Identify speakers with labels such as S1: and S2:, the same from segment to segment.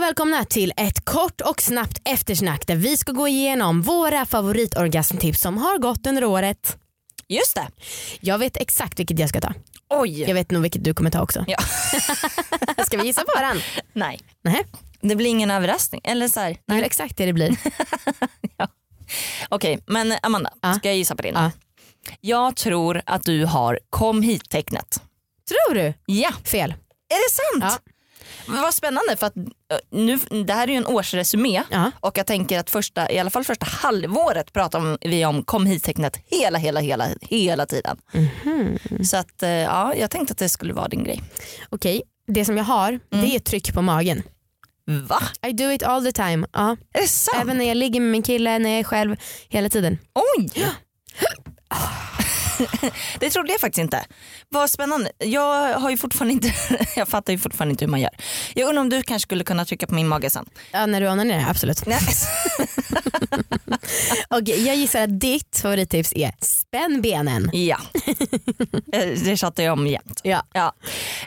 S1: välkomna till ett kort och snabbt eftersnack där vi ska gå igenom våra favoritorgasmtips som har gått under året.
S2: Just det.
S1: Jag vet exakt vilket jag ska ta.
S2: Oj.
S1: Jag vet nog vilket du kommer ta också.
S2: Ja.
S1: Ska vi gissa på varann?
S2: Nej.
S1: Nej.
S2: Det blir ingen överraskning. Eller så här.
S1: Det är väl exakt det det blir.
S2: Okej, men Amanda,
S1: Ja.
S2: ska jag gissa på det nu?
S1: Ja.
S2: Jag tror att du har kom hit-tecknet.
S1: Tror du?
S2: Ja,
S1: Fel.
S2: är det sant? Men Vad spännande för att ö, nu, det här är ju en årsresumé
S1: Ja.
S2: och jag tänker att första, i alla fall första halvåret pratar om- vi om kom hit-tecknet hela, hela, hela, hela tiden. Så att eh, ja, jag tänkte att det skulle vara din grej.
S1: Okej, det som jag har det är tryck på magen.
S2: Va?
S1: I do it all the time. Ja.
S2: Är det sant?
S1: Även när jag ligger med min kille, när jag är själv, hela tiden.
S2: Oj! det trodde jag faktiskt inte. Vad spännande. Jag, har ju fortfarande inte, jag fattar ju fortfarande inte hur man gör. Jag undrar om du kanske skulle kunna trycka på min mage sen.
S1: Ja, när du onanerar, absolut.
S2: Nej.
S1: Okej, jag gissar att ditt favorittips är spänn benen.
S2: ja, Eh, det tjatar jag om jämt.
S1: Ja.
S2: Ja.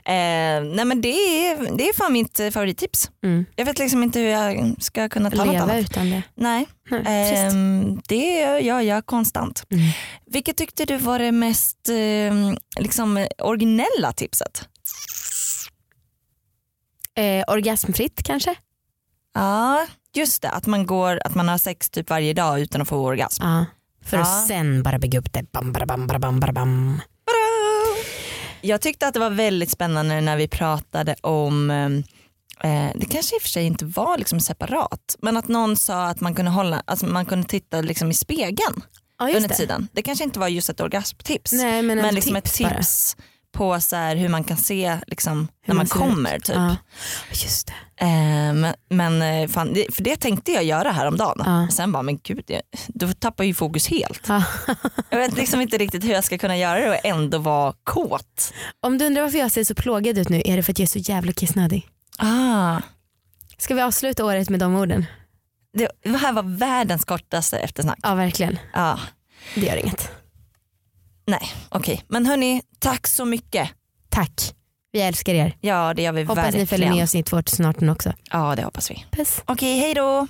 S2: Eh, nej men det är, det är fan mitt eh, favorittips.
S1: Mm.
S2: Jag vet liksom inte hur jag ska kunna ta något
S1: Leva
S2: annat.
S1: utan det.
S2: Nej,
S1: Nej, trist.
S2: ehm, det gör jag konstant.
S1: Mm.
S2: Vilket tyckte du var det mest eh, liksom, originella tipset?
S1: Eh, orgasmfritt kanske?
S2: Ja, just det. Att man, går, att man har sex typ varje dag utan att få orgasm.
S1: Ja. För
S2: Ja.
S1: att sen bara bygga upp det. Bam, bara, bam, bara, bam, bara, bam.
S2: Jag tyckte att det var väldigt spännande när vi pratade om eh, det kanske i och för sig inte var liksom separat men att någon sa att man kunde, hålla, alltså man kunde titta liksom i spegeln
S1: Ja, just
S2: under
S1: det.
S2: tiden. Det kanske inte var just ett orgasmtips
S1: Nej, men,
S2: men
S1: ett
S2: liksom ett
S1: bara.
S2: tips på så här hur man kan se liksom, när
S1: man
S2: man,
S1: ser
S2: kommer. Typ.
S1: Ja. Just det.
S2: Eh, men men eh, fan, det, för det tänkte jag göra häromdagen.
S1: Ja.
S2: Sen bara, men gud, jag, du tappar ju fokus helt.
S1: Ja.
S2: Jag vet liksom inte riktigt hur jag ska kunna göra det och ändå vara kåt.
S1: Om du undrar varför jag ser så plågad ut nu är det för att jag är så jävla kissnödig.
S2: Ah.
S1: Ska vi avsluta året med de orden?
S2: Det, det här var världens kortaste eftersnack. Ah,
S1: Ja verkligen.
S2: Ja.
S1: Det gör inget.
S2: Nej, okej. Men hörni, tack så mycket.
S1: Tack. Vi älskar er.
S2: Ja, det gör vi
S1: Hoppas
S2: verkligen.
S1: ni följer med oss in i 2018 också.
S2: Ja, det hoppas vi.
S1: Puss.
S2: Okej, hej då.